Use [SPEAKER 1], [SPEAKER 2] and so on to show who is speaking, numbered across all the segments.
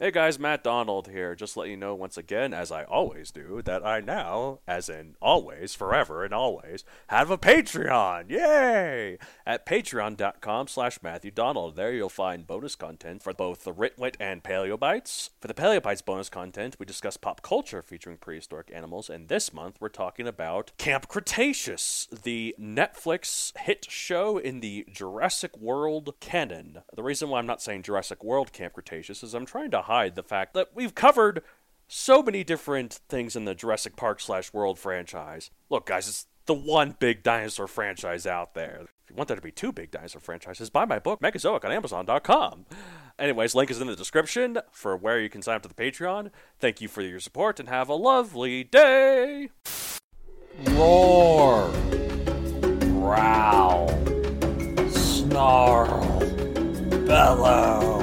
[SPEAKER 1] Hey guys, Matt Donald here. Just let you know once again, as I always do, that I now, as in always, forever and always, have a Patreon. Yay! At patreon.com slash Matthew Donald. There you'll find bonus content for both the Ritwit and Paleobites. For the Paleobites bonus content, we discuss pop culture featuring prehistoric animals, and this month we're talking about Camp Cretaceous, the Netflix hit show in the Jurassic World canon. The reason why I'm not saying Jurassic World Camp Cretaceous is I'm trying to hide the fact that we've covered so many different things in the Jurassic Park slash World franchise. Look, guys, it's the one big dinosaur franchise out there. If you want there to be two big dinosaur franchises, buy my book, Megazoic, on Amazon.com. Anyways, link is in the description for where you can sign up to the Patreon. Thank you for your support and have a lovely day!
[SPEAKER 2] Roar. Growl. Snarl. Bellow.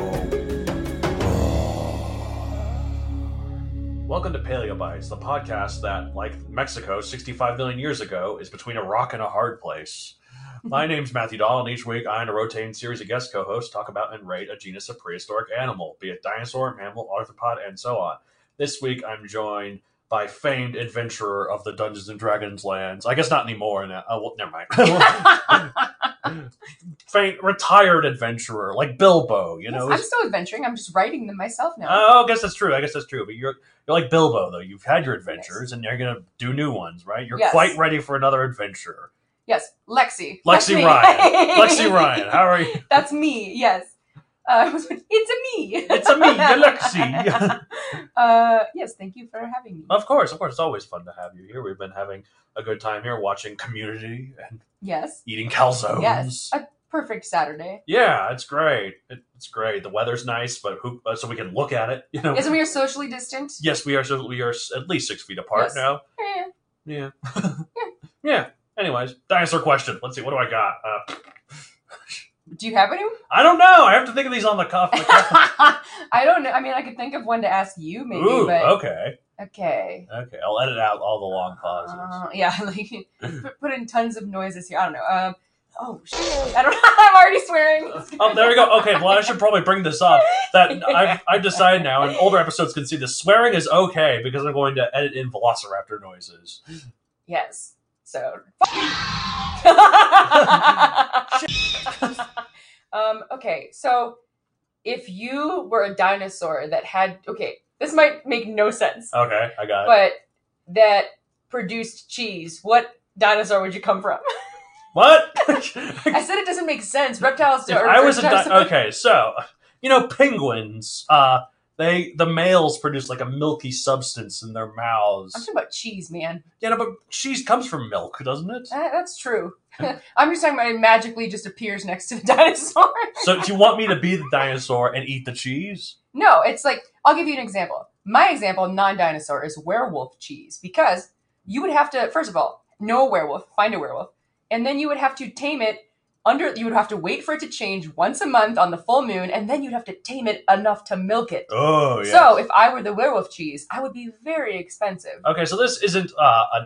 [SPEAKER 1] Welcome to Paleobites, the podcast that, like Mexico 65 million years ago, is between a rock and a hard place. My name's Matthew Dahl, and each week I and a rotating series of guest co hosts talk about and rate a genus of prehistoric animal, be it dinosaur, mammal, arthropod, and so on. This week I'm joined by famed adventurer of the Dungeons and Dragons lands. I guess not anymore. Now. Oh, well, never mind. famed, retired adventurer, like Bilbo, you know?
[SPEAKER 3] Yes, I'm still adventuring. I'm just writing them myself now.
[SPEAKER 1] Oh, I guess that's true. I guess that's true. But you're you're like Bilbo though. You've had your adventures, and you're gonna do new ones, right? You're
[SPEAKER 3] Yes.
[SPEAKER 1] quite ready for another adventure.
[SPEAKER 3] yes, Lexi. That's
[SPEAKER 1] Lexi
[SPEAKER 3] me.
[SPEAKER 1] Ryan. Lexi Ryan, how are you?
[SPEAKER 3] That's me. Yes. Uh, I was like, it's a me.
[SPEAKER 1] It's a me, Lexi. Oh.
[SPEAKER 3] uh, yes, thank you for having me.
[SPEAKER 1] of course, of course, it's always fun to have you here. We've been having a good time here, watching Community and
[SPEAKER 3] Yes.
[SPEAKER 1] eating calzones.
[SPEAKER 3] Yes. A perfect Saturday.
[SPEAKER 1] Yeah, it's great. It, it's great. The weather's nice, but who, uh, so we can look at it. You know.
[SPEAKER 3] Isn't we are socially distant?
[SPEAKER 1] yes, we are. So we are s- at least six feet apart
[SPEAKER 3] Yes.
[SPEAKER 1] now.
[SPEAKER 3] Eh,
[SPEAKER 1] Yeah. yeah. Anyways, dinosaur question. Let's see. What do I got? Uh,
[SPEAKER 3] Do you have any?
[SPEAKER 1] I don't know. I have to think of these on the cuff. the cuff.
[SPEAKER 3] I don't know. I mean, I could think of one to ask you, maybe,
[SPEAKER 1] Ooh.
[SPEAKER 3] but
[SPEAKER 1] Okay.
[SPEAKER 3] okay.
[SPEAKER 1] Okay. I'll edit out all the long pauses.
[SPEAKER 3] Uh, yeah, like put, put in tons of noises here. I don't know. Um, oh, shit. I don't. I'm already swearing.
[SPEAKER 1] Oh, there we go. Okay, well, I should probably bring this up. That I've, I've decided now, and older episodes can see this. Swearing is okay because I'm going to edit in Velociraptor noises.
[SPEAKER 3] Yes. So. um, okay, so if you were a dinosaur that had. Okay, this might make no sense,
[SPEAKER 1] Okay, I got it.
[SPEAKER 3] but that produced cheese, what dinosaur would you come from?
[SPEAKER 1] What?
[SPEAKER 3] I said it doesn't make sense. Reptiles
[SPEAKER 1] If
[SPEAKER 3] or
[SPEAKER 1] I was a di-
[SPEAKER 3] dinosaur-
[SPEAKER 1] okay, so you know penguins, uh, they the males produce like a milky substance in their mouths.
[SPEAKER 3] I'm talking about cheese, man.
[SPEAKER 1] Yeah, no, but cheese comes from milk, doesn't it?
[SPEAKER 3] Eh, that's true. I'm just talking about it magically just appears next to the dinosaur.
[SPEAKER 1] So do you want me to be the dinosaur and eat the cheese?
[SPEAKER 3] No, it's like I'll give you an example. My example, non-dinosaur, is werewolf cheese because you would have to first of all know a werewolf, find a werewolf, and then you would have to tame it. Under you would have to wait for it to change once a month on the full moon, and then you'd have to tame it enough to milk it.
[SPEAKER 1] Oh, yeah.
[SPEAKER 3] So if I were the werewolf cheese, I would be very expensive.
[SPEAKER 1] okay, so this isn't uh,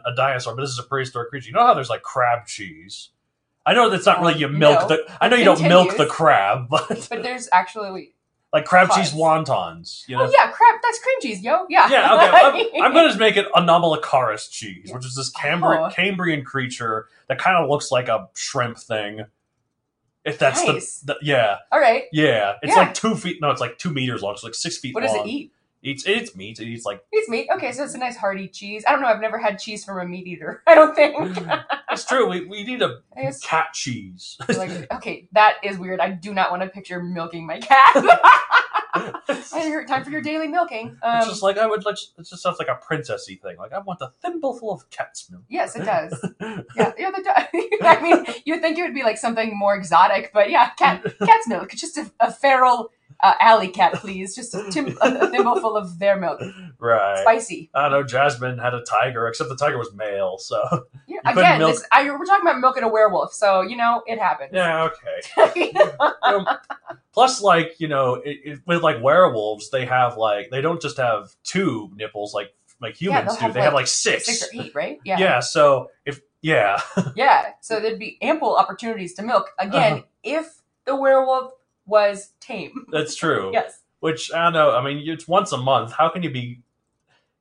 [SPEAKER 1] a, a dinosaur, but this is a prehistoric creature. You know how there's like crab cheese. I know that's not really you
[SPEAKER 3] Uh,
[SPEAKER 1] milk
[SPEAKER 3] no.
[SPEAKER 1] the. I know you don't milk
[SPEAKER 3] Continues.
[SPEAKER 1] the crab, but,
[SPEAKER 3] But there's actually
[SPEAKER 1] like crab
[SPEAKER 3] Cause.
[SPEAKER 1] cheese wontons. You know?
[SPEAKER 3] oh yeah, crap, that's cream cheese, yo, Oh, yeah,
[SPEAKER 1] Yeah, okay. I'm, I'm going to just make it Anomalocaris cheese, which is this Cambrian,
[SPEAKER 3] Oh.
[SPEAKER 1] Cambrian creature that kind of looks like a shrimp thing. If that's the-
[SPEAKER 3] Nice.
[SPEAKER 1] the, yeah,
[SPEAKER 3] All right,
[SPEAKER 1] yeah, it's
[SPEAKER 3] Yeah.
[SPEAKER 1] like two feet. No, it's like two meters long. It's like six feet.
[SPEAKER 3] what
[SPEAKER 1] long.
[SPEAKER 3] does it eat?
[SPEAKER 1] Eats it eats meat. It eats like
[SPEAKER 3] It's meat. Okay, so it's a nice hearty cheese. I don't know. I've never had cheese from a meat eater. I don't think.
[SPEAKER 1] it's true. We, we need a
[SPEAKER 3] I guess
[SPEAKER 1] cat cheese.
[SPEAKER 3] like okay, that is weird. I do not want to picture milking my cat. I hear time for your daily milking. Um,
[SPEAKER 1] it's just like I would. Like, it just sounds like a princessy thing. Like I want a thimbleful of cat's milk.
[SPEAKER 3] yes, it does. Yeah, yeah, that does. I mean, you'd think it would be like something more exotic, but yeah, cat, cat's milk. Just a, a feral uh, alley cat, please. Just a, tim- a, a thimbleful of their milk.
[SPEAKER 1] Right.
[SPEAKER 3] Spicy.
[SPEAKER 1] I don't know. Jasmine had a tiger, except the tiger was male. So
[SPEAKER 3] Yeah,
[SPEAKER 1] couldn't
[SPEAKER 3] again,
[SPEAKER 1] milk-
[SPEAKER 3] this, I, we're talking about milking a werewolf, so you know it happens.
[SPEAKER 1] yeah, okay. You know, plus, like you know, it, it, with like werewolves, they have like they don't just have two nipples like like
[SPEAKER 3] Yeah,
[SPEAKER 1] humans
[SPEAKER 3] they'll
[SPEAKER 1] do.
[SPEAKER 3] have,
[SPEAKER 1] They have
[SPEAKER 3] like,
[SPEAKER 1] like six.
[SPEAKER 3] Six or eight, right?
[SPEAKER 1] yeah. So if yeah,
[SPEAKER 3] Yeah, so there'd be ample
[SPEAKER 1] Uh-huh.
[SPEAKER 3] opportunities to milk again if the werewolf was tame.
[SPEAKER 1] that's true.
[SPEAKER 3] Yes.
[SPEAKER 1] Which I don't know. I mean, it's once a month. How can you be?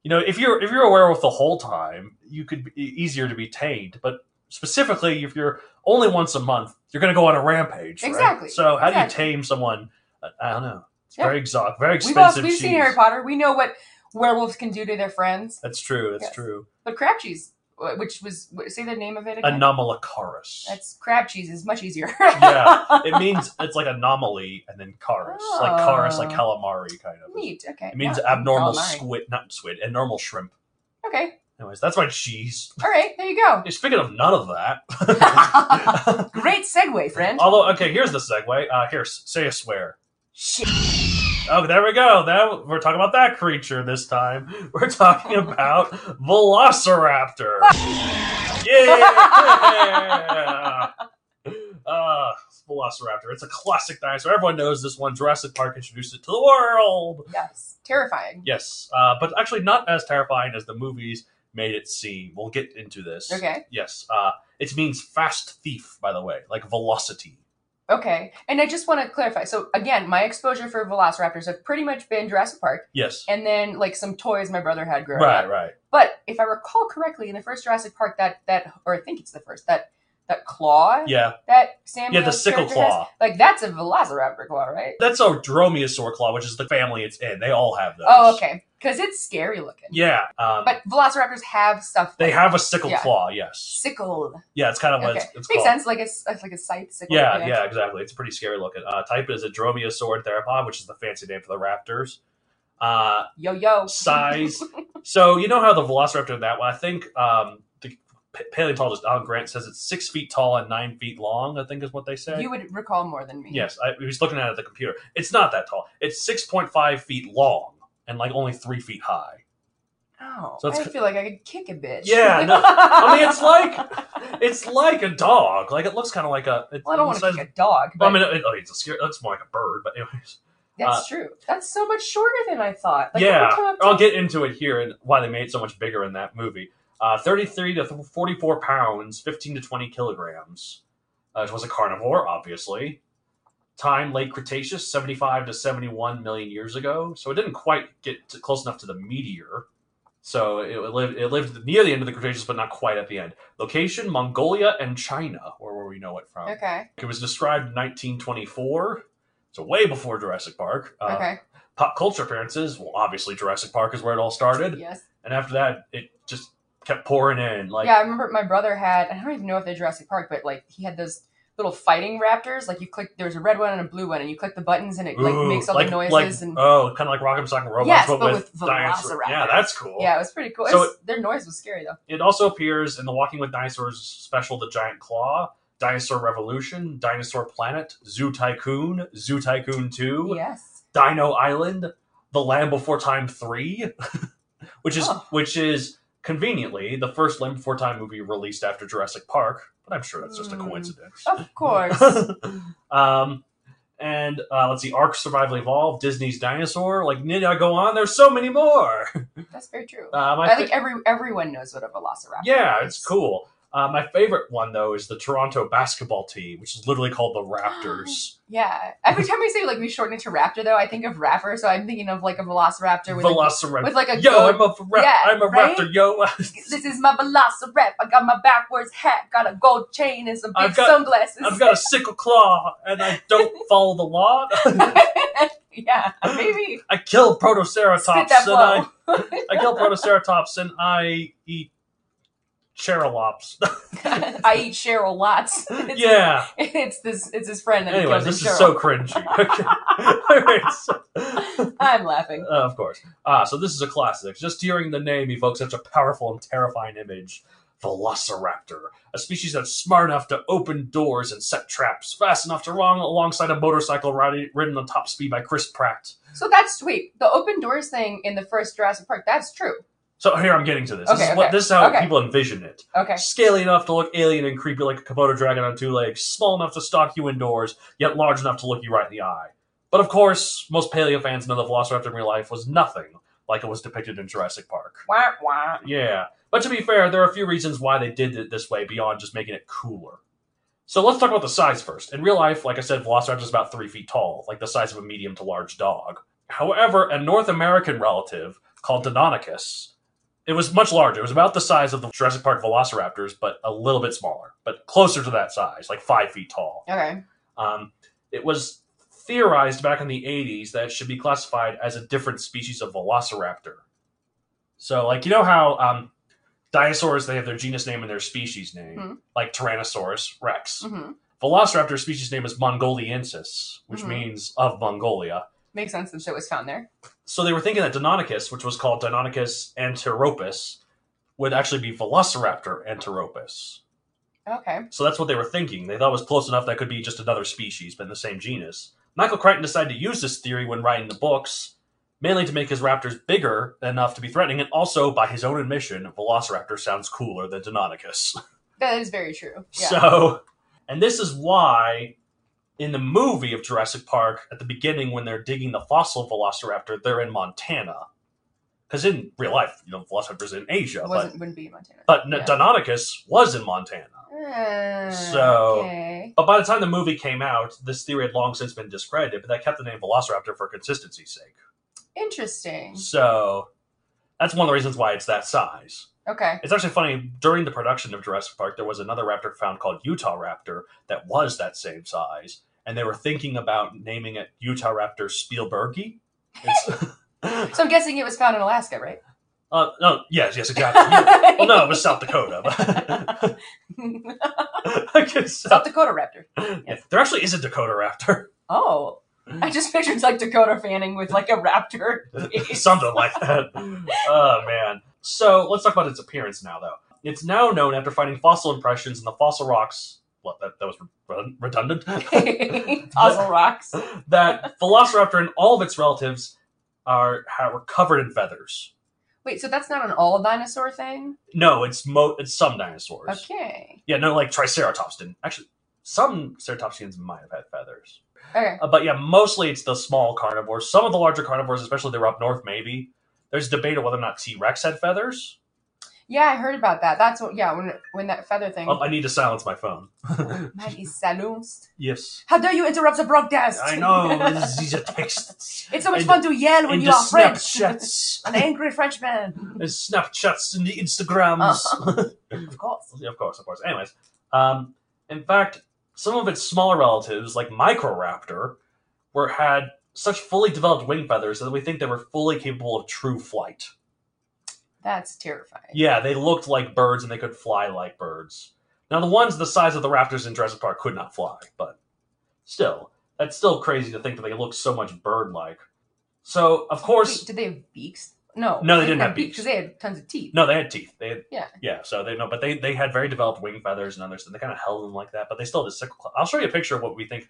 [SPEAKER 1] You know, if you're if you're a werewolf the whole time, you could be e, easier to be tamed. But specifically, if you're only once a month, you're going to go on a rampage. right?
[SPEAKER 3] Exactly.
[SPEAKER 1] So how do
[SPEAKER 3] Exactly.
[SPEAKER 1] you tame someone? I- I don't know. It's
[SPEAKER 3] Yeah.
[SPEAKER 1] very exotic, very
[SPEAKER 3] We've,
[SPEAKER 1] expensive.
[SPEAKER 3] also, we've seen
[SPEAKER 1] cheese.
[SPEAKER 3] Harry Potter. We know what werewolves can do to their friends.
[SPEAKER 1] That's true. That's
[SPEAKER 3] Yes.
[SPEAKER 1] true.
[SPEAKER 3] But crab cheese, wh- which was wh- say the name of it again.
[SPEAKER 1] Anomalocaris.
[SPEAKER 3] That's crab cheese is much easier.
[SPEAKER 1] Yeah. it means it's like anomaly and then charis, like charis, like
[SPEAKER 3] Oh.
[SPEAKER 1] calamari kind of.
[SPEAKER 3] Neat. Okay.
[SPEAKER 1] It means
[SPEAKER 3] Yeah.
[SPEAKER 1] abnormal
[SPEAKER 3] Oh, my.
[SPEAKER 1] squid, not squid, abnormal shrimp.
[SPEAKER 3] Okay.
[SPEAKER 1] Anyways, that's my cheese.
[SPEAKER 3] All right. There you go.
[SPEAKER 1] Hey, Speaking of none of that.
[SPEAKER 3] Great segue, friend.
[SPEAKER 1] Although, okay, here's the segue. Uh, here, s- say a swear.
[SPEAKER 3] Shit.
[SPEAKER 1] Oh, there we go. That we're talking about that creature this time. We're talking about Velociraptor. yeah. Uh, Velociraptor. It's a classic dinosaur. Everyone knows this one. Jurassic Park introduced it to the world.
[SPEAKER 3] Yes. Terrifying.
[SPEAKER 1] Yes, uh, but actually not as terrifying as the movies made it seem. We'll get into this.
[SPEAKER 3] Okay.
[SPEAKER 1] Yes, uh, it means fast thief, by the way, like velocity.
[SPEAKER 3] Okay. And I just want to clarify. So again, my exposure for velociraptors have pretty much been Jurassic Park,
[SPEAKER 1] Yes.
[SPEAKER 3] and then like some toys my brother had growing up.
[SPEAKER 1] Right, right.
[SPEAKER 3] But if I recall correctly, in the first Jurassic Park, that that or I think it's the first that that claw
[SPEAKER 1] Yeah,
[SPEAKER 3] that Samuel
[SPEAKER 1] yeah. The sickle claw.
[SPEAKER 3] like that's a velociraptor claw, right?
[SPEAKER 1] That's a dromaeosaur claw, which is the family it's in. They all have those.
[SPEAKER 3] Oh, okay, because it's scary looking.
[SPEAKER 1] Yeah, um,
[SPEAKER 3] But velociraptors have stuff.
[SPEAKER 1] they
[SPEAKER 3] like
[SPEAKER 1] have a sickle
[SPEAKER 3] Yeah.
[SPEAKER 1] claw. Yes.
[SPEAKER 3] sickle.
[SPEAKER 1] Yeah, it's kind of what
[SPEAKER 3] Okay,
[SPEAKER 1] it's, it's
[SPEAKER 3] makes
[SPEAKER 1] called.
[SPEAKER 3] sense. Like it's it's like a scythe sickle.
[SPEAKER 1] Yeah, yeah, exactly. It's pretty scary looking. Uh, type is a dromaeosaur theropod, which is the fancy name for the raptors. Uh,
[SPEAKER 3] Yo yo.
[SPEAKER 1] size. so you know how the Velociraptor in that one? I think um, the pa- paleontologist Alan Grant says it's six feet tall and nine feet long. I think is what they say.
[SPEAKER 3] You would recall more than me.
[SPEAKER 1] yes, I he was looking at it at the computer. It's not that tall. It's six point five feet long and like only three feet high.
[SPEAKER 3] Oh,
[SPEAKER 1] So it's-
[SPEAKER 3] I feel like I could kick a bitch.
[SPEAKER 1] Yeah, no. I mean, it's like it's like a dog. Like it looks kind of like a. It,
[SPEAKER 3] Well, I don't want
[SPEAKER 1] it's
[SPEAKER 3] to
[SPEAKER 1] like-
[SPEAKER 3] kick a dog. But
[SPEAKER 1] I mean, it, it- it's a scary. It looks more like a bird, but anyways.
[SPEAKER 3] that's true. That's so much shorter than I thought. Like, it would
[SPEAKER 1] Uh, yeah,
[SPEAKER 3] come up to-
[SPEAKER 1] I'll get into it here and why they made it so much bigger in that movie. Uh, 33 to 44 pounds, 15 to 20 kilograms. Uh, it was a carnivore, obviously. Time late Cretaceous, 75 to 71 million years ago. So it didn't quite get to, close enough to the meteor. So it lived, it lived near the end of the Cretaceous, but not quite at the end. Location: Mongolia and China, or where we know it from.
[SPEAKER 3] Okay.
[SPEAKER 1] It was described in 1924, so way before Jurassic Park. Uh,
[SPEAKER 3] okay.
[SPEAKER 1] pop culture appearances. Well, obviously Jurassic Park is where it all started,
[SPEAKER 3] Yes.
[SPEAKER 1] and after that, it just kept pouring in. Like,
[SPEAKER 3] yeah, I remember my brother had. I don't even know if they're Jurassic Park, but like he had those little fighting raptors. Like you click, there's a red one and a blue one, and you click the buttons, and it like
[SPEAKER 1] ooh,
[SPEAKER 3] makes all
[SPEAKER 1] like-
[SPEAKER 3] the noises.
[SPEAKER 1] like-
[SPEAKER 3] and
[SPEAKER 1] oh, kind of like Rock'em Sock'em Robots,
[SPEAKER 3] Yes,
[SPEAKER 1] but,
[SPEAKER 3] but
[SPEAKER 1] with,
[SPEAKER 3] with
[SPEAKER 1] dinosaurs. Yeah,
[SPEAKER 3] velociraptors.
[SPEAKER 1] that's cool.
[SPEAKER 3] yeah, it was pretty cool. It
[SPEAKER 1] So
[SPEAKER 3] was- their noise was scary though.
[SPEAKER 1] It also appears in the Walking with Dinosaurs special, The Giant Claw, Dinosaur Revolution, Dinosaur Planet, Zoo Tycoon, Zoo Tycoon Two,
[SPEAKER 3] Yes.
[SPEAKER 1] Dino Island, The Land Before Time Three, which is
[SPEAKER 3] Oh.
[SPEAKER 1] which is conveniently the first Land Before Time movie released after Jurassic Park. But I'm sure that's just a
[SPEAKER 3] Hmm.
[SPEAKER 1] coincidence.
[SPEAKER 3] Of course.
[SPEAKER 1] um, and uh, let's see, Ark Survival Evolved, Disney's Dinosaur. Like, need I go on? There's so many more.
[SPEAKER 3] That's very true.
[SPEAKER 1] Um,
[SPEAKER 3] I think every everyone knows what a velociraptor
[SPEAKER 1] yeah,
[SPEAKER 3] is.
[SPEAKER 1] it's cool. Uh, my favorite one though is the Toronto basketball team, which is literally called the Raptors.
[SPEAKER 3] Yeah. Every time I say like we shorten it to raptor though, I think of rapper, so I'm thinking of like a velociraptor with a,
[SPEAKER 1] Velociraptor.
[SPEAKER 3] with like a
[SPEAKER 1] yo,
[SPEAKER 3] goat.
[SPEAKER 1] I'm a rap-
[SPEAKER 3] Yeah,
[SPEAKER 1] I'm a
[SPEAKER 3] right?
[SPEAKER 1] raptor. Yo,
[SPEAKER 3] this is my velociraptor. I got my backwards hat, got a gold chain and some big
[SPEAKER 1] I've got-
[SPEAKER 3] sunglasses.
[SPEAKER 1] I've got a sickle claw, and I don't follow the law.
[SPEAKER 3] yeah, maybe.
[SPEAKER 1] I kill Protoceratops,
[SPEAKER 3] Spit
[SPEAKER 1] and
[SPEAKER 3] that
[SPEAKER 1] I
[SPEAKER 3] blow.
[SPEAKER 1] I kill Protoceratops, and I eat Cherolops.
[SPEAKER 3] I eat Cheryl lots. It's,
[SPEAKER 1] yeah.
[SPEAKER 3] It's this it's his friend that
[SPEAKER 1] Anyways,
[SPEAKER 3] he kills
[SPEAKER 1] this
[SPEAKER 3] in
[SPEAKER 1] is
[SPEAKER 3] Cheryl.
[SPEAKER 1] so cringy. Okay. All right, so-
[SPEAKER 3] I'm
[SPEAKER 1] Uh,
[SPEAKER 3] laughing.
[SPEAKER 1] of course. Ah, so this is a classic. Just hearing the name evokes such a powerful and terrifying image. Velociraptor, a species that's smart enough to open doors and set traps, fast enough to run alongside a motorcycle riding, ridden on top speed by Chris Pratt.
[SPEAKER 3] So that's wait, the open doors thing in the first Jurassic Park, that's true.
[SPEAKER 1] So here I'm getting to this. this,
[SPEAKER 3] Okay,
[SPEAKER 1] is, what,
[SPEAKER 3] okay,
[SPEAKER 1] this is how
[SPEAKER 3] okay.
[SPEAKER 1] people envision it.
[SPEAKER 3] Okay.
[SPEAKER 1] Scaly enough to look alien and creepy like a Komodo dragon on two legs, small enough to stalk you indoors, yet large enough to look you right in the eye. But of course, most paleo fans know the Velociraptor in real life was nothing like it was depicted in Jurassic Park.
[SPEAKER 3] Wah, wah.
[SPEAKER 1] Yeah. But to be fair, there are a few reasons why they did it this way beyond just making it cooler. So let's talk about the size first. In real life, like I said, Velociraptor is about three feet tall, like the size of a medium to large dog. However, a North American relative called Deinonychus, it was much larger. It was about the size of the Jurassic Park velociraptors, but a little bit smaller, but closer to that size, like five feet tall.
[SPEAKER 3] Okay.
[SPEAKER 1] Um, it was theorized back in the 80s that it should be classified as a different species of velociraptor. So, like, you know how um, dinosaurs, they have their genus name and their species name,
[SPEAKER 3] Mhm.
[SPEAKER 1] like Tyrannosaurus rex.
[SPEAKER 3] hmm
[SPEAKER 1] Velociraptor species name is Mongoliensis, which
[SPEAKER 3] Mhm.
[SPEAKER 1] means of Mongolia.
[SPEAKER 3] Makes sense that it was found there.
[SPEAKER 1] So they were thinking that Deinonychus, which was called Deinonychus anteropus, would actually be Velociraptor anteropus.
[SPEAKER 3] Okay.
[SPEAKER 1] So that's what they were thinking. They thought it was close enough that could be just another species, but in the same genus. Michael Crichton decided to use this theory when writing the books, mainly to make his raptors bigger enough to be threatening, and also, by his own admission, Velociraptor sounds cooler than Deinonychus.
[SPEAKER 3] That is very true. Yeah.
[SPEAKER 1] So, and this is why in the movie of Jurassic Park, at the beginning when they're digging the fossil velociraptor, they're in Montana. Because in real life, you know, velociraptor's in Asia,
[SPEAKER 3] Wasn't wouldn't be in Montana.
[SPEAKER 1] but but
[SPEAKER 3] yeah.
[SPEAKER 1] Deinonychus was in Montana.
[SPEAKER 3] Uh,
[SPEAKER 1] So-
[SPEAKER 3] okay.
[SPEAKER 1] But by the time the movie came out, this theory had long since been discredited, but that kept the name Velociraptor for consistency's sake.
[SPEAKER 3] Interesting.
[SPEAKER 1] So that's one of the reasons why it's that size.
[SPEAKER 3] Okay.
[SPEAKER 1] It's actually funny. During the production of Jurassic Park, there was another raptor found called Utah Raptor that was that same size, and they were thinking about naming it Utah Raptor Spielbergy. It's-
[SPEAKER 3] So I'm guessing it was found in Alaska, right?
[SPEAKER 1] uh, no, yes, yes, exactly. Well, no, it was South Dakota. but- I guess
[SPEAKER 3] South
[SPEAKER 1] South-
[SPEAKER 3] Dakota raptor.
[SPEAKER 1] yeah, there actually is a Dakota Raptor,
[SPEAKER 3] Oh. I just pictured like Dakota Fanning with like a raptor.
[SPEAKER 1] something like that. Oh man. So let's talk about its appearance now, though. It's now known after finding fossil impressions in the fossil rocks. Well, that, that was re- redundant.
[SPEAKER 3] Fossil rocks.
[SPEAKER 1] that Velociraptor and all of its relatives are ha- were covered in feathers.
[SPEAKER 3] Wait, so that's not an all dinosaur thing?
[SPEAKER 1] No, it's mo- it's some dinosaurs.
[SPEAKER 3] Okay.
[SPEAKER 1] Yeah, no, like Triceratops didn't. Actually, some Ceratopsians might have had feathers.
[SPEAKER 3] Okay.
[SPEAKER 1] Uh, but yeah, mostly it's the small carnivores. Some of the larger carnivores, especially they were up north, maybe. There's debate on whether or not T Rex had feathers.
[SPEAKER 3] Yeah, I heard about that. That's what. Yeah, when when that feather thing.
[SPEAKER 1] Oh, I need to silence my phone.
[SPEAKER 3] Man is silenced.
[SPEAKER 1] yes.
[SPEAKER 3] How dare you interrupt the broadcast?
[SPEAKER 1] I know. This is a text.
[SPEAKER 3] it's so much
[SPEAKER 1] And-
[SPEAKER 3] fun to yell when
[SPEAKER 1] and
[SPEAKER 3] you
[SPEAKER 1] the
[SPEAKER 3] are French.
[SPEAKER 1] Snapchats.
[SPEAKER 3] An angry Frenchman.
[SPEAKER 1] and Snapchats and the Instagrams.
[SPEAKER 3] Uh-huh. of course.
[SPEAKER 1] Yeah, of course, of course. Anyways, um, in fact, some of its smaller relatives, like Microraptor, were had such fully developed wing feathers that we think they were fully capable of true flight.
[SPEAKER 3] That's terrifying.
[SPEAKER 1] Yeah, they looked like birds and they could fly like birds. Now, the ones the size of the raptors in Jurassic Park could not fly, but still, that's still crazy to think that they look so much bird-like. So, of course,
[SPEAKER 3] Wait, did they have beaks? No.
[SPEAKER 1] No, they didn't have beaks.
[SPEAKER 3] because they had tons of teeth.
[SPEAKER 1] No, they had teeth. They had,
[SPEAKER 3] Yeah.
[SPEAKER 1] yeah. So they know, but they they had very developed wing feathers and others, and they kind of held them like that. But they still had a sickle. Claw. I'll show you a picture of what we think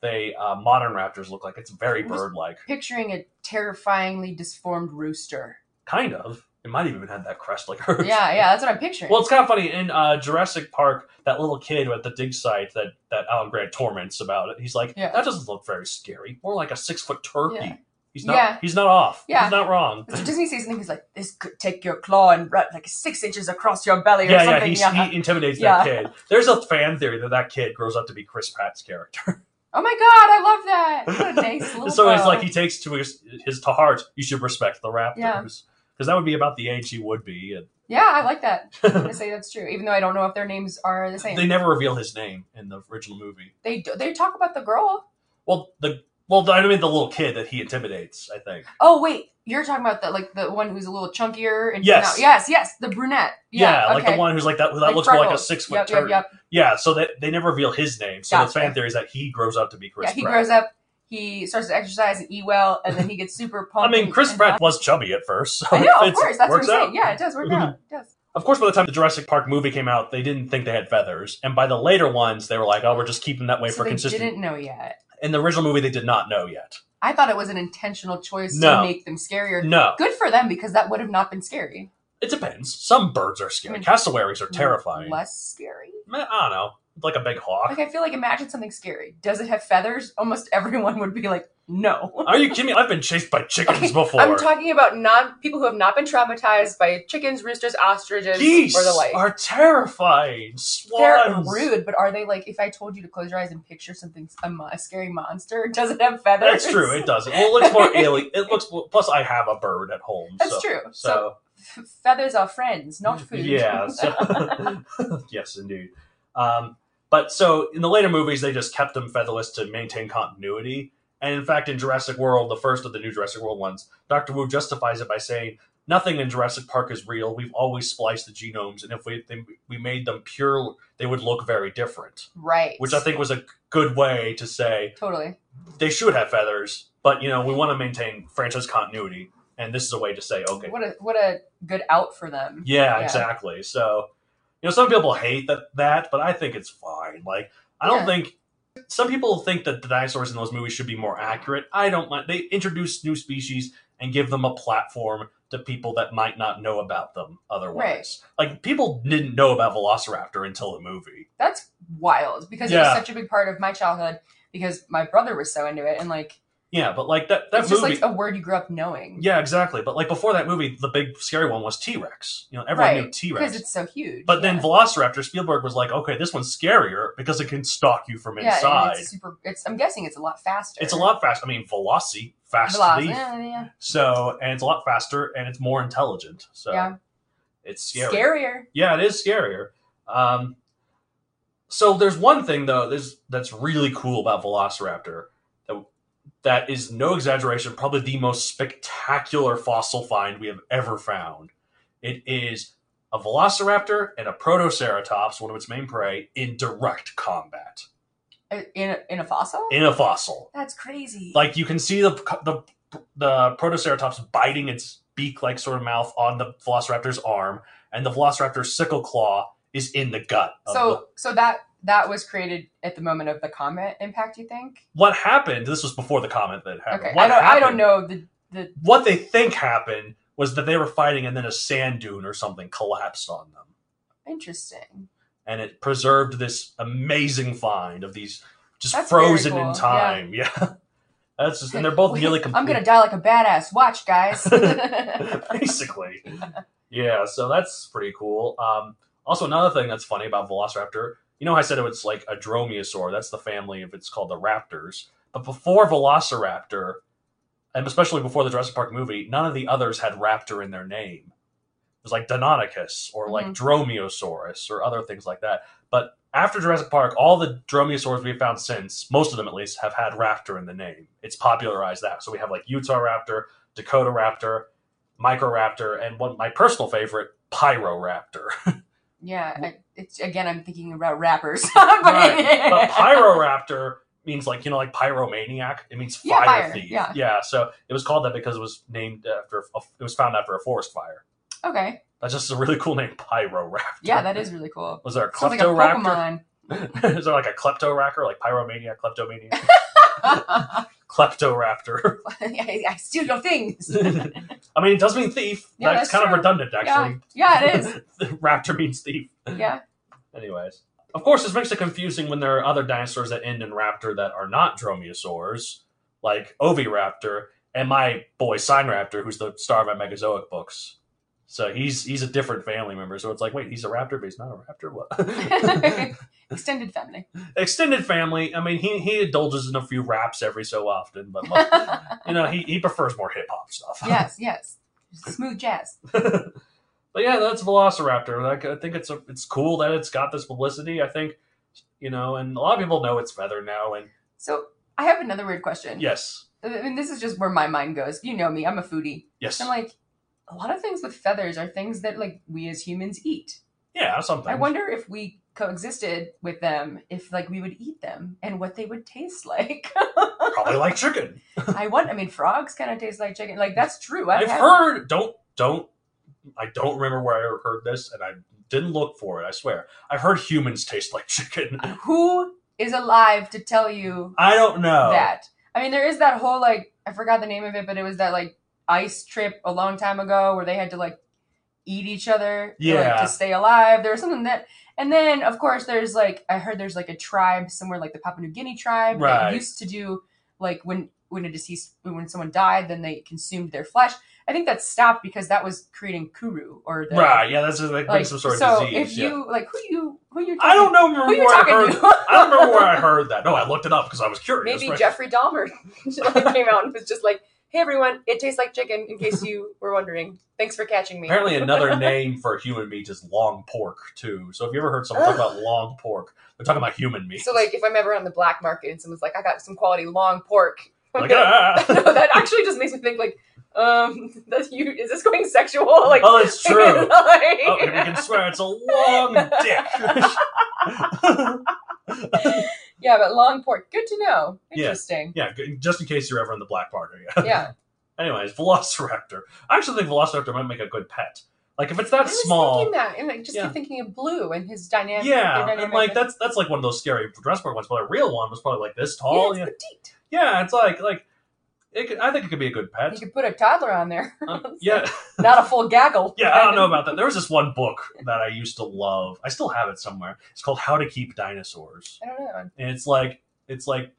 [SPEAKER 1] they uh, modern raptors look like. It's very
[SPEAKER 3] It was-
[SPEAKER 1] bird-like,
[SPEAKER 3] Picturing a terrifyingly disformed rooster.
[SPEAKER 1] kind of. It might have even had that crest like hers.
[SPEAKER 3] Yeah, yeah, that's what I'm picturing.
[SPEAKER 1] Well, it's kind of funny in uh, Jurassic Park. That little kid at the dig site that that Alan Grant torments about it. He's like,
[SPEAKER 3] Yeah.
[SPEAKER 1] that doesn't look very scary. More like a six-foot turkey.
[SPEAKER 3] Yeah.
[SPEAKER 1] He's not.
[SPEAKER 3] Yeah.
[SPEAKER 1] He's not off.
[SPEAKER 3] Yeah.
[SPEAKER 1] He's not wrong.
[SPEAKER 3] Mr. Disney says something he's like, this could take your claw and run like six inches across your belly or
[SPEAKER 1] Yeah, yeah,
[SPEAKER 3] something.
[SPEAKER 1] he's, he intimidates that
[SPEAKER 3] Yeah.
[SPEAKER 1] kid. There's a fan theory that that kid grows up to be Chris Pratt's character.
[SPEAKER 3] Oh my god, I love that. What a nice little
[SPEAKER 1] so it's
[SPEAKER 3] bow.
[SPEAKER 1] like he takes to his, his to heart. You should respect the Raptors
[SPEAKER 3] Yeah.
[SPEAKER 1] because that would be about the age he would be.
[SPEAKER 3] Yeah, I like that. I'm
[SPEAKER 1] And
[SPEAKER 3] gonna say that's true, even though I don't know if their names are the same.
[SPEAKER 1] they
[SPEAKER 3] They
[SPEAKER 1] never reveal his name in the original movie.
[SPEAKER 3] they, do- they talk about the girl.
[SPEAKER 1] Well, the well, I mean the little kid that he intimidates. I think.
[SPEAKER 3] Oh wait, you're talking about the like the one who's a little chunkier and
[SPEAKER 1] Yes.
[SPEAKER 3] now- yes, yes, the brunette. Yeah,
[SPEAKER 1] like
[SPEAKER 3] okay.
[SPEAKER 1] the one who's like that. That
[SPEAKER 3] Like
[SPEAKER 1] looks more like a
[SPEAKER 3] freckles.
[SPEAKER 1] six foot
[SPEAKER 3] Yep, yep,
[SPEAKER 1] turkey.
[SPEAKER 3] yep.
[SPEAKER 1] Yeah, so that they never reveal his name. So the
[SPEAKER 3] Gotcha.
[SPEAKER 1] fan theory is that he grows up to be Chris.
[SPEAKER 3] yeah, he
[SPEAKER 1] Pratt.
[SPEAKER 3] grows up, he starts to exercise and eat well, and then he gets super
[SPEAKER 1] I
[SPEAKER 3] pumped.
[SPEAKER 1] mean,
[SPEAKER 3] and-
[SPEAKER 1] Chris
[SPEAKER 3] and-
[SPEAKER 1] Pratt was chubby at first. So
[SPEAKER 3] I know, of
[SPEAKER 1] it's-
[SPEAKER 3] course, that's what I'm
[SPEAKER 1] works out.
[SPEAKER 3] saying. Yeah, it does work out. It does.
[SPEAKER 1] Of course, by the time the Jurassic Park movie came out, they didn't think they had feathers, and by the later ones, they were like, "Oh, we're just keeping that way
[SPEAKER 3] so
[SPEAKER 1] for
[SPEAKER 3] they
[SPEAKER 1] consistency."
[SPEAKER 3] didn't know yet.
[SPEAKER 1] In the original movie, they did not know yet.
[SPEAKER 3] I thought it was an intentional choice
[SPEAKER 1] No.
[SPEAKER 3] to make them scarier.
[SPEAKER 1] No,
[SPEAKER 3] Good for them because that would have not been scary.
[SPEAKER 1] it depends. Some birds are scary.
[SPEAKER 3] I mean, Hmm.
[SPEAKER 1] Cassowaries are terrifying.
[SPEAKER 3] Less scary.
[SPEAKER 1] Man, I don't know. like a big hawk.
[SPEAKER 3] Like I feel like imagine something scary. Does it have feathers? Almost everyone would be like, no.
[SPEAKER 1] Are you kidding me? I've been chased by chickens
[SPEAKER 3] Okay,
[SPEAKER 1] before.
[SPEAKER 3] I'm talking about non people who have not been traumatized by chickens, roosters, ostriches,
[SPEAKER 1] Geese
[SPEAKER 3] or the like.
[SPEAKER 1] are terrifying.
[SPEAKER 3] They're
[SPEAKER 1] Swans.
[SPEAKER 3] rude, but are they like if I told you to close your eyes and picture something a, mo- a scary monster? Does it have feathers?
[SPEAKER 1] That's true. It doesn't. Well, it looks more alien. It looks. Plus, I have a bird at home.
[SPEAKER 3] That's
[SPEAKER 1] so,
[SPEAKER 3] true. So,
[SPEAKER 1] So,
[SPEAKER 3] f- feathers are friends, not food.
[SPEAKER 1] yeah. so- yes, indeed. Um, but so in the later movies, they just kept them featherless to maintain continuity. And in fact, in Jurassic World, the first of the new Jurassic World ones, Doctor Wu justifies it by saying, "Nothing in Jurassic Park is real. We've always spliced the genomes, and if we they, we made them pure, they would look very different."
[SPEAKER 3] right.
[SPEAKER 1] Which I think was a good way to say
[SPEAKER 3] totally.
[SPEAKER 1] they should have feathers, but you know, we want to maintain franchise continuity, and this is a way to say, okay,
[SPEAKER 3] What a what a good out for them.
[SPEAKER 1] yeah,
[SPEAKER 3] Yeah.
[SPEAKER 1] exactly. So, you know, some people hate that, that, but I think it's fine. Like, I don't
[SPEAKER 3] Yeah.
[SPEAKER 1] think some people think that the dinosaurs in those movies should be more accurate. I don't mind. They introduce new species and give them a platform to people that might not know about them otherwise. Like, people didn't know about Velociraptor until the movie.
[SPEAKER 3] That's wild because it
[SPEAKER 1] Yeah.
[SPEAKER 3] was such a big part of my childhood because my brother was so into it and like
[SPEAKER 1] Yeah, but like that, that
[SPEAKER 3] it's
[SPEAKER 1] movie.
[SPEAKER 3] just like a word you grew up knowing.
[SPEAKER 1] yeah, exactly. But like before that movie, the big scary one was T Rex. You know, everyone knew
[SPEAKER 3] Right,
[SPEAKER 1] T Rex.
[SPEAKER 3] Because it's so huge.
[SPEAKER 1] But
[SPEAKER 3] yeah.
[SPEAKER 1] then Velociraptor, Spielberg was like, okay, this one's scarier because it can stalk you from
[SPEAKER 3] yeah, and
[SPEAKER 1] inside.
[SPEAKER 3] it's super. It's I'm guessing it's a lot faster.
[SPEAKER 1] It's a lot faster. I mean, Veloci, fast
[SPEAKER 3] Veloci-
[SPEAKER 1] leaf.
[SPEAKER 3] yeah, yeah.
[SPEAKER 1] So, and it's a lot faster and it's more intelligent. So,
[SPEAKER 3] Yeah.
[SPEAKER 1] it's
[SPEAKER 3] Scarier.
[SPEAKER 1] scary. Yeah, it is scarier. Um, so there's one thing though there's, that's really cool about Velociraptor that, that is no exaggeration, probably the most spectacular fossil find we have ever found. It is a Velociraptor and a Protoceratops, one of its main prey, in direct combat
[SPEAKER 3] uh, in a, in a fossil.
[SPEAKER 1] in a fossil.
[SPEAKER 3] That's crazy.
[SPEAKER 1] Like you can see the the the Protoceratops biting its beak like sort of mouth on the Velociraptor's arm, and the Velociraptor's sickle claw is in the gut. of the-
[SPEAKER 3] so so that that was created at the moment of the comet impact. You think?
[SPEAKER 1] what happened? This was before the comment that happened.
[SPEAKER 3] Okay,
[SPEAKER 1] What
[SPEAKER 3] I don't I don't
[SPEAKER 1] happened-
[SPEAKER 3] know the the
[SPEAKER 1] What they think happened was that they were fighting, and then a sand dune or something collapsed on them,
[SPEAKER 3] interesting.
[SPEAKER 1] and it preserved this amazing find of these just
[SPEAKER 3] That's very
[SPEAKER 1] frozen in
[SPEAKER 3] cool,
[SPEAKER 1] time. Yeah. That's just, and they're both nearly complete.
[SPEAKER 3] I'm gonna die like a badass. Watch, guys.
[SPEAKER 1] basically. Yeah, so that's pretty cool. Um, also, another thing that's funny about Velociraptor, you know, I said it was like a dromaeosaur. That's the family of it's called the raptors. But before Velociraptor, and especially before the Jurassic Park movie, none of the others had raptor in their name. It was like Deinonychus or like
[SPEAKER 3] Mhm.
[SPEAKER 1] Dromaeosaurus or other things like that. But after Jurassic Park, all the dromaeosaurs we've found since, most of them at least, have had raptor in the name. It's popularized that. So we have like Utah raptor, Dakota raptor, Microraptor, and one my personal favorite, Pyroraptor.
[SPEAKER 3] yeah, I, it's again. I'm thinking about rappers. but,
[SPEAKER 1] Right. but Pyroraptor means like you know like pyromaniac. It means
[SPEAKER 3] Yeah,
[SPEAKER 1] fire,
[SPEAKER 3] fire,
[SPEAKER 1] thief.
[SPEAKER 3] yeah.
[SPEAKER 1] So
[SPEAKER 3] So
[SPEAKER 1] it was called that because it was named after a, it was found after a forest fire.
[SPEAKER 3] okay,
[SPEAKER 1] That's just a really cool name, Pyroraptor.
[SPEAKER 3] yeah, that is really cool.
[SPEAKER 1] Was there a
[SPEAKER 3] Sounds like a
[SPEAKER 1] kleptoraptor?
[SPEAKER 3] Pokemon.
[SPEAKER 1] is there like a kleptoraptor, like pyromaniac, kleptomaniac, kleptoraptor?
[SPEAKER 3] I, I steal your things.
[SPEAKER 1] I mean, it does mean thief.
[SPEAKER 3] Yeah,
[SPEAKER 1] that's,
[SPEAKER 3] that's
[SPEAKER 1] kind
[SPEAKER 3] true.
[SPEAKER 1] of redundant,
[SPEAKER 3] yeah,
[SPEAKER 1] actually.
[SPEAKER 3] yeah, it is.
[SPEAKER 1] Raptor means thief.
[SPEAKER 3] Yeah,
[SPEAKER 1] Anyways, of course, this makes it confusing when there are other dinosaurs that end in raptor that are not dromaeosaurs, like oviraptor and my boy Signraptor, who's the star of my Megazoic books. So he's he's a different family member. So it's like, wait, he's a raptor, but he's not a raptor. What?
[SPEAKER 3] extended family.
[SPEAKER 1] Extended family. I mean, he he indulges in a few raps every so often, but mo- you know, he he prefers more hip hop stuff.
[SPEAKER 3] yes, yes, smooth jazz.
[SPEAKER 1] but yeah, that's Velociraptor. Like, I think it's a, it's cool that it's got this publicity. I think you know, and a lot of people know its feather now. And
[SPEAKER 3] So I have another weird question.
[SPEAKER 1] yes,
[SPEAKER 3] I mean, this is just where my mind goes. You know me, I'm a foodie.
[SPEAKER 1] yes,
[SPEAKER 3] I'm like, a lot of things with feathers are things that like we as humans eat.
[SPEAKER 1] yeah, something.
[SPEAKER 3] I wonder if we coexisted with them, if like we would eat them and what they would taste like.
[SPEAKER 1] probably like chicken.
[SPEAKER 3] I want. I mean, frogs kind of taste like chicken. Like that's true. I
[SPEAKER 1] I've
[SPEAKER 3] have-
[SPEAKER 1] heard. Don't don't. I don't remember where I heard this, and I didn't look for it. I swear, I've heard humans taste like chicken.
[SPEAKER 3] Who is alive to tell you
[SPEAKER 1] I don't know.
[SPEAKER 3] that? I mean, there is that whole like I forgot the name of it, but it was that like ice trip a long time ago where they had to like eat each other like,
[SPEAKER 1] Yeah.
[SPEAKER 3] to stay alive. There's something that, and then of course there's like I heard there's like a tribe somewhere like the Papua New Guinea tribe
[SPEAKER 1] Right.
[SPEAKER 3] that used to do like when when a deceased when someone died then they consumed their flesh. I think that stopped because that was creating kuru or the,
[SPEAKER 1] Right, yeah, that's just like,
[SPEAKER 3] Like,
[SPEAKER 1] some sort of
[SPEAKER 3] so
[SPEAKER 1] disease.
[SPEAKER 3] if
[SPEAKER 1] yeah.
[SPEAKER 3] you like who you who you
[SPEAKER 1] I don't know
[SPEAKER 3] who
[SPEAKER 1] remember
[SPEAKER 3] you
[SPEAKER 1] where I
[SPEAKER 3] talking
[SPEAKER 1] heard.
[SPEAKER 3] to.
[SPEAKER 1] I don't remember where I heard that. No, I looked it up because I was curious.
[SPEAKER 3] Maybe
[SPEAKER 1] right?
[SPEAKER 3] Jeffrey Dahmer like, came out and was just like, "Hey everyone, it tastes like chicken." In case you were wondering, thanks for catching me.
[SPEAKER 1] Apparently, another name for human meat is long pork too. So if you ever heard someone talk about long pork, they're talking about human meat.
[SPEAKER 3] So like, if I'm ever on the black market and someone's like, "I got some quality long pork," I'm
[SPEAKER 1] Like,
[SPEAKER 3] gonna-
[SPEAKER 1] ah.
[SPEAKER 3] No, that actually just makes me think like, um, that you is this going sexual? Like,
[SPEAKER 1] oh, it's true.
[SPEAKER 3] like-
[SPEAKER 1] Oh, and we can swear it's a long dick.
[SPEAKER 3] yeah, but long pork, good to know.
[SPEAKER 1] Yeah.
[SPEAKER 3] Interesting.
[SPEAKER 1] yeah, g- just in case you're ever in the black market. Yeah.
[SPEAKER 3] Yeah,
[SPEAKER 1] Anyways, Velociraptor. I actually think Velociraptor might make a good pet. Like if it's
[SPEAKER 3] I
[SPEAKER 1] that
[SPEAKER 3] was
[SPEAKER 1] small,
[SPEAKER 3] thinking that, and I just
[SPEAKER 1] Yeah.
[SPEAKER 3] keep thinking of Blue and his dynamic.
[SPEAKER 1] yeah,
[SPEAKER 3] their
[SPEAKER 1] and
[SPEAKER 3] dynamic-
[SPEAKER 1] like that's that's like one of those scary dress part ones. But a real one was probably like this
[SPEAKER 3] Yeah,
[SPEAKER 1] tall.
[SPEAKER 3] it's
[SPEAKER 1] Yeah,
[SPEAKER 3] petite.
[SPEAKER 1] yeah it's like like it could, I think it could be a good
[SPEAKER 3] You
[SPEAKER 1] pet.
[SPEAKER 3] could put a toddler on there.
[SPEAKER 1] Um, yeah,
[SPEAKER 3] Not a full gaggle.
[SPEAKER 1] yeah. I don't know about that. There was this one book that I used to love. I still have it somewhere. It's called How to Keep Dinosaurs,
[SPEAKER 3] I don't know that one.
[SPEAKER 1] and it's like it's like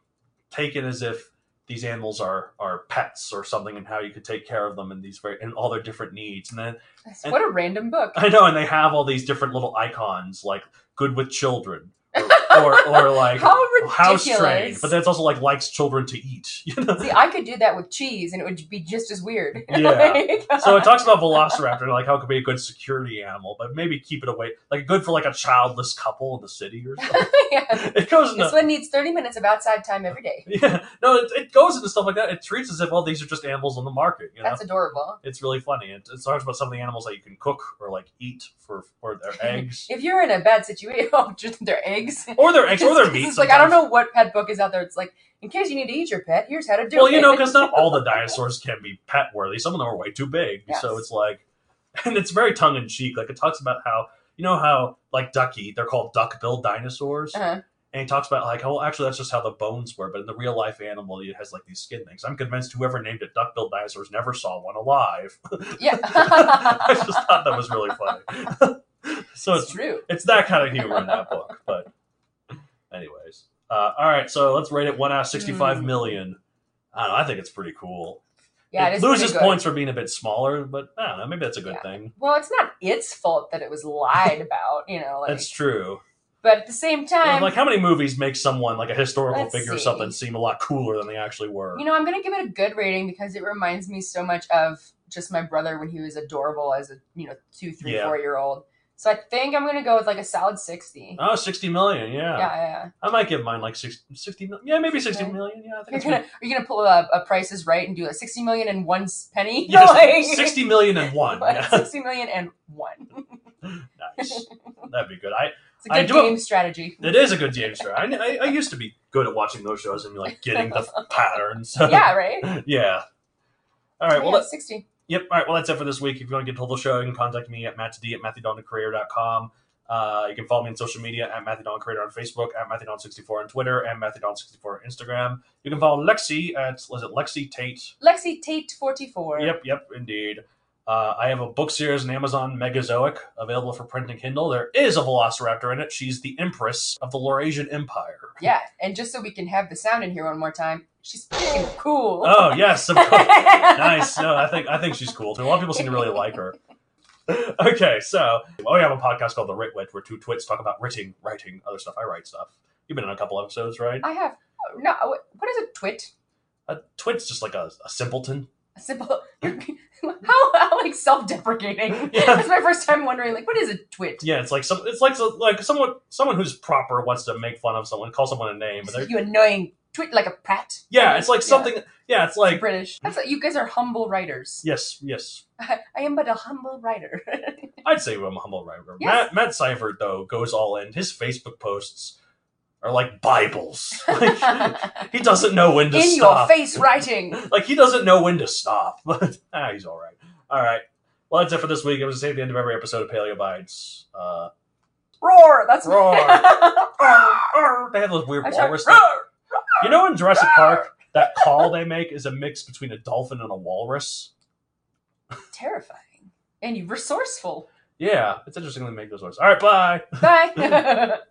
[SPEAKER 1] taken as if these animals are are pets or something, and how you could take care of them and these very and all their different needs, and then.
[SPEAKER 3] That's- What a random book.
[SPEAKER 1] I know, and they have all these different little icons, like good with children, or or, or like
[SPEAKER 3] How
[SPEAKER 1] house trained.
[SPEAKER 3] ridiculous.
[SPEAKER 1] But that's also like likes children to eat. You know?
[SPEAKER 3] See, I could do that with cheese, and it would be just as weird.
[SPEAKER 1] Yeah.
[SPEAKER 3] Like-
[SPEAKER 1] So it talks about Velociraptor, like how it could be a good security animal, but maybe keep it away, like good for like a childless couple in the city or something.
[SPEAKER 3] Yeah.
[SPEAKER 1] It goes
[SPEAKER 3] This
[SPEAKER 1] into
[SPEAKER 3] one needs 30 minutes of outside time every day.
[SPEAKER 1] yeah, no, it, it goes into stuff like that. It treats as if all these are just animals on the market. You know,
[SPEAKER 3] That's adorable.
[SPEAKER 1] it's really funny. It, it talks about some of the animals that you can cook or like eat for or their eggs.
[SPEAKER 3] If you're in a bad situation, oh, just their eggs.
[SPEAKER 1] Or their eggs, or their
[SPEAKER 3] This
[SPEAKER 1] meat.
[SPEAKER 3] is like, I don't
[SPEAKER 1] sometimes.
[SPEAKER 3] know what pet book is out there. It's like, in case you need to eat your pet, here's how to do
[SPEAKER 1] Well,
[SPEAKER 3] it.
[SPEAKER 1] you know, because not all the dinosaurs can be pet worthy. Some of them are way too big.
[SPEAKER 3] Yes.
[SPEAKER 1] So it's like, and it's very tongue in cheek. Like it talks about how you know how like ducky, they're called duck-billed dinosaurs,
[SPEAKER 3] Uh-huh.
[SPEAKER 1] and he talks about like, oh, actually, that's just how the bones were. But in the real life animal, it has like these skin things. I'm convinced whoever named it duck-billed dinosaurs never saw one alive.
[SPEAKER 3] Yeah.
[SPEAKER 1] I just thought that was really funny. so
[SPEAKER 3] it's
[SPEAKER 1] it's
[SPEAKER 3] true.
[SPEAKER 1] it's that kind of humor in that book. But, anyways, uh, all right. So let's rate it one out of sixty-five
[SPEAKER 3] Mm.
[SPEAKER 1] million. I don't know. I think it's pretty cool.
[SPEAKER 3] Yeah, it
[SPEAKER 1] it
[SPEAKER 3] is
[SPEAKER 1] loses
[SPEAKER 3] pretty good.
[SPEAKER 1] points for being a bit smaller, but I don't know. Maybe that's a good
[SPEAKER 3] Yeah.
[SPEAKER 1] thing.
[SPEAKER 3] Well, it's not its fault that it was lied about, you know. Like,
[SPEAKER 1] That's true.
[SPEAKER 3] but at the same
[SPEAKER 1] You know,
[SPEAKER 3] time,
[SPEAKER 1] like, how many movies make someone like a historical
[SPEAKER 3] Let's
[SPEAKER 1] figure or
[SPEAKER 3] see.
[SPEAKER 1] something seem a lot cooler than they actually were?
[SPEAKER 3] You know, I'm gonna give it a good rating because it reminds me so much of just my brother when he was adorable as a you know two, three,
[SPEAKER 1] Yeah.
[SPEAKER 3] four year old. So I think I'm gonna go with like a solid sixty.
[SPEAKER 1] oh, 60 million. Yeah.
[SPEAKER 3] yeah, yeah.
[SPEAKER 1] I might give mine like 60, 60 million. Yeah, maybe sixty
[SPEAKER 3] Okay.
[SPEAKER 1] million. Yeah, I
[SPEAKER 3] yeah. You're
[SPEAKER 1] think it's
[SPEAKER 3] gonna are you gonna pull a, a Price is Right and do like sixty million and one s- penny?
[SPEAKER 1] Yes,
[SPEAKER 3] Like-
[SPEAKER 1] 60 million and one.
[SPEAKER 3] What?
[SPEAKER 1] Yeah.
[SPEAKER 3] Sixty million and one.
[SPEAKER 1] nice. That'd be good. I
[SPEAKER 3] It's a
[SPEAKER 1] I
[SPEAKER 3] good
[SPEAKER 1] do have-
[SPEAKER 3] game strategy.
[SPEAKER 1] It is a good game show. I, I, I used to be good at watching those shows and like getting the pattern. So
[SPEAKER 3] yeah, right.
[SPEAKER 1] yeah. All right. Well,
[SPEAKER 3] Yeah,
[SPEAKER 1] that,
[SPEAKER 3] sixty.
[SPEAKER 1] Yep. All right. Well, that's it for this week. If you want to get a hold of the show, you can contact me at mattd at matthewdoncareer.com. Uh, you can follow me on social media at matthewdoncareer on Facebook, at matthewdon64 on Twitter, and matthewdon64 on Instagram. You can follow Lexi at, was it Lexi Tate?
[SPEAKER 3] Lexi Tate forty four.
[SPEAKER 1] Yep, yep, indeed. Uh, I have a book series on Amazon, Megazoic, available for print and Kindle. There is a velociraptor in it. She's the empress of the Laurasian Empire.
[SPEAKER 3] Yeah, and just so we can have the sound in here one more time, she's freaking cool.
[SPEAKER 1] Oh, yes, of course. nice. No, I think I think she's cool too. A lot of people seem to really like her. Okay, so well, we have a podcast called The Writ where two twits talk about writing, writing, other stuff. I write stuff. You've been on a couple episodes, right?
[SPEAKER 3] I have no. What is a twit?
[SPEAKER 1] A twit's just like a, a simpleton.
[SPEAKER 3] A simple. how, how like self-deprecating?
[SPEAKER 1] Yeah.
[SPEAKER 3] That's my first time wondering. Like, what is a twit?
[SPEAKER 1] Yeah, it's like some. It's like so- like someone someone who's proper wants to make fun of someone, call someone a name.
[SPEAKER 3] It's
[SPEAKER 1] But
[SPEAKER 3] like,
[SPEAKER 1] they're,
[SPEAKER 3] you annoying twit like a prat.
[SPEAKER 1] yeah, it's like something. Yeah, it's like
[SPEAKER 3] British. That's what, you guys are humble writers.
[SPEAKER 1] yes, yes.
[SPEAKER 3] I, I am but a humble writer.
[SPEAKER 1] I'd say I'm a humble writer.
[SPEAKER 3] Yes.
[SPEAKER 1] Matt Matt Seifert though goes all in. His Facebook posts are like bibles. Like, he doesn't know when to
[SPEAKER 3] In your
[SPEAKER 1] stop.
[SPEAKER 3] face writing.
[SPEAKER 1] like he doesn't know when to stop, but ah, he's all right. All right. Well, that's it for this week. I'm going to say at the end of every episode of Paleo Bites. Uh,
[SPEAKER 3] Roar. That's
[SPEAKER 1] Roar.
[SPEAKER 3] I
[SPEAKER 1] arr, arr, they have those weird
[SPEAKER 3] tried-
[SPEAKER 1] walrus. thing.
[SPEAKER 3] roar.
[SPEAKER 1] You know, in Jurassic Park, that call they make is a mix between a dolphin and a walrus.
[SPEAKER 3] Terrifying. and you resourceful.
[SPEAKER 1] Yeah, it's interesting they make those words. All right, bye.
[SPEAKER 3] Bye.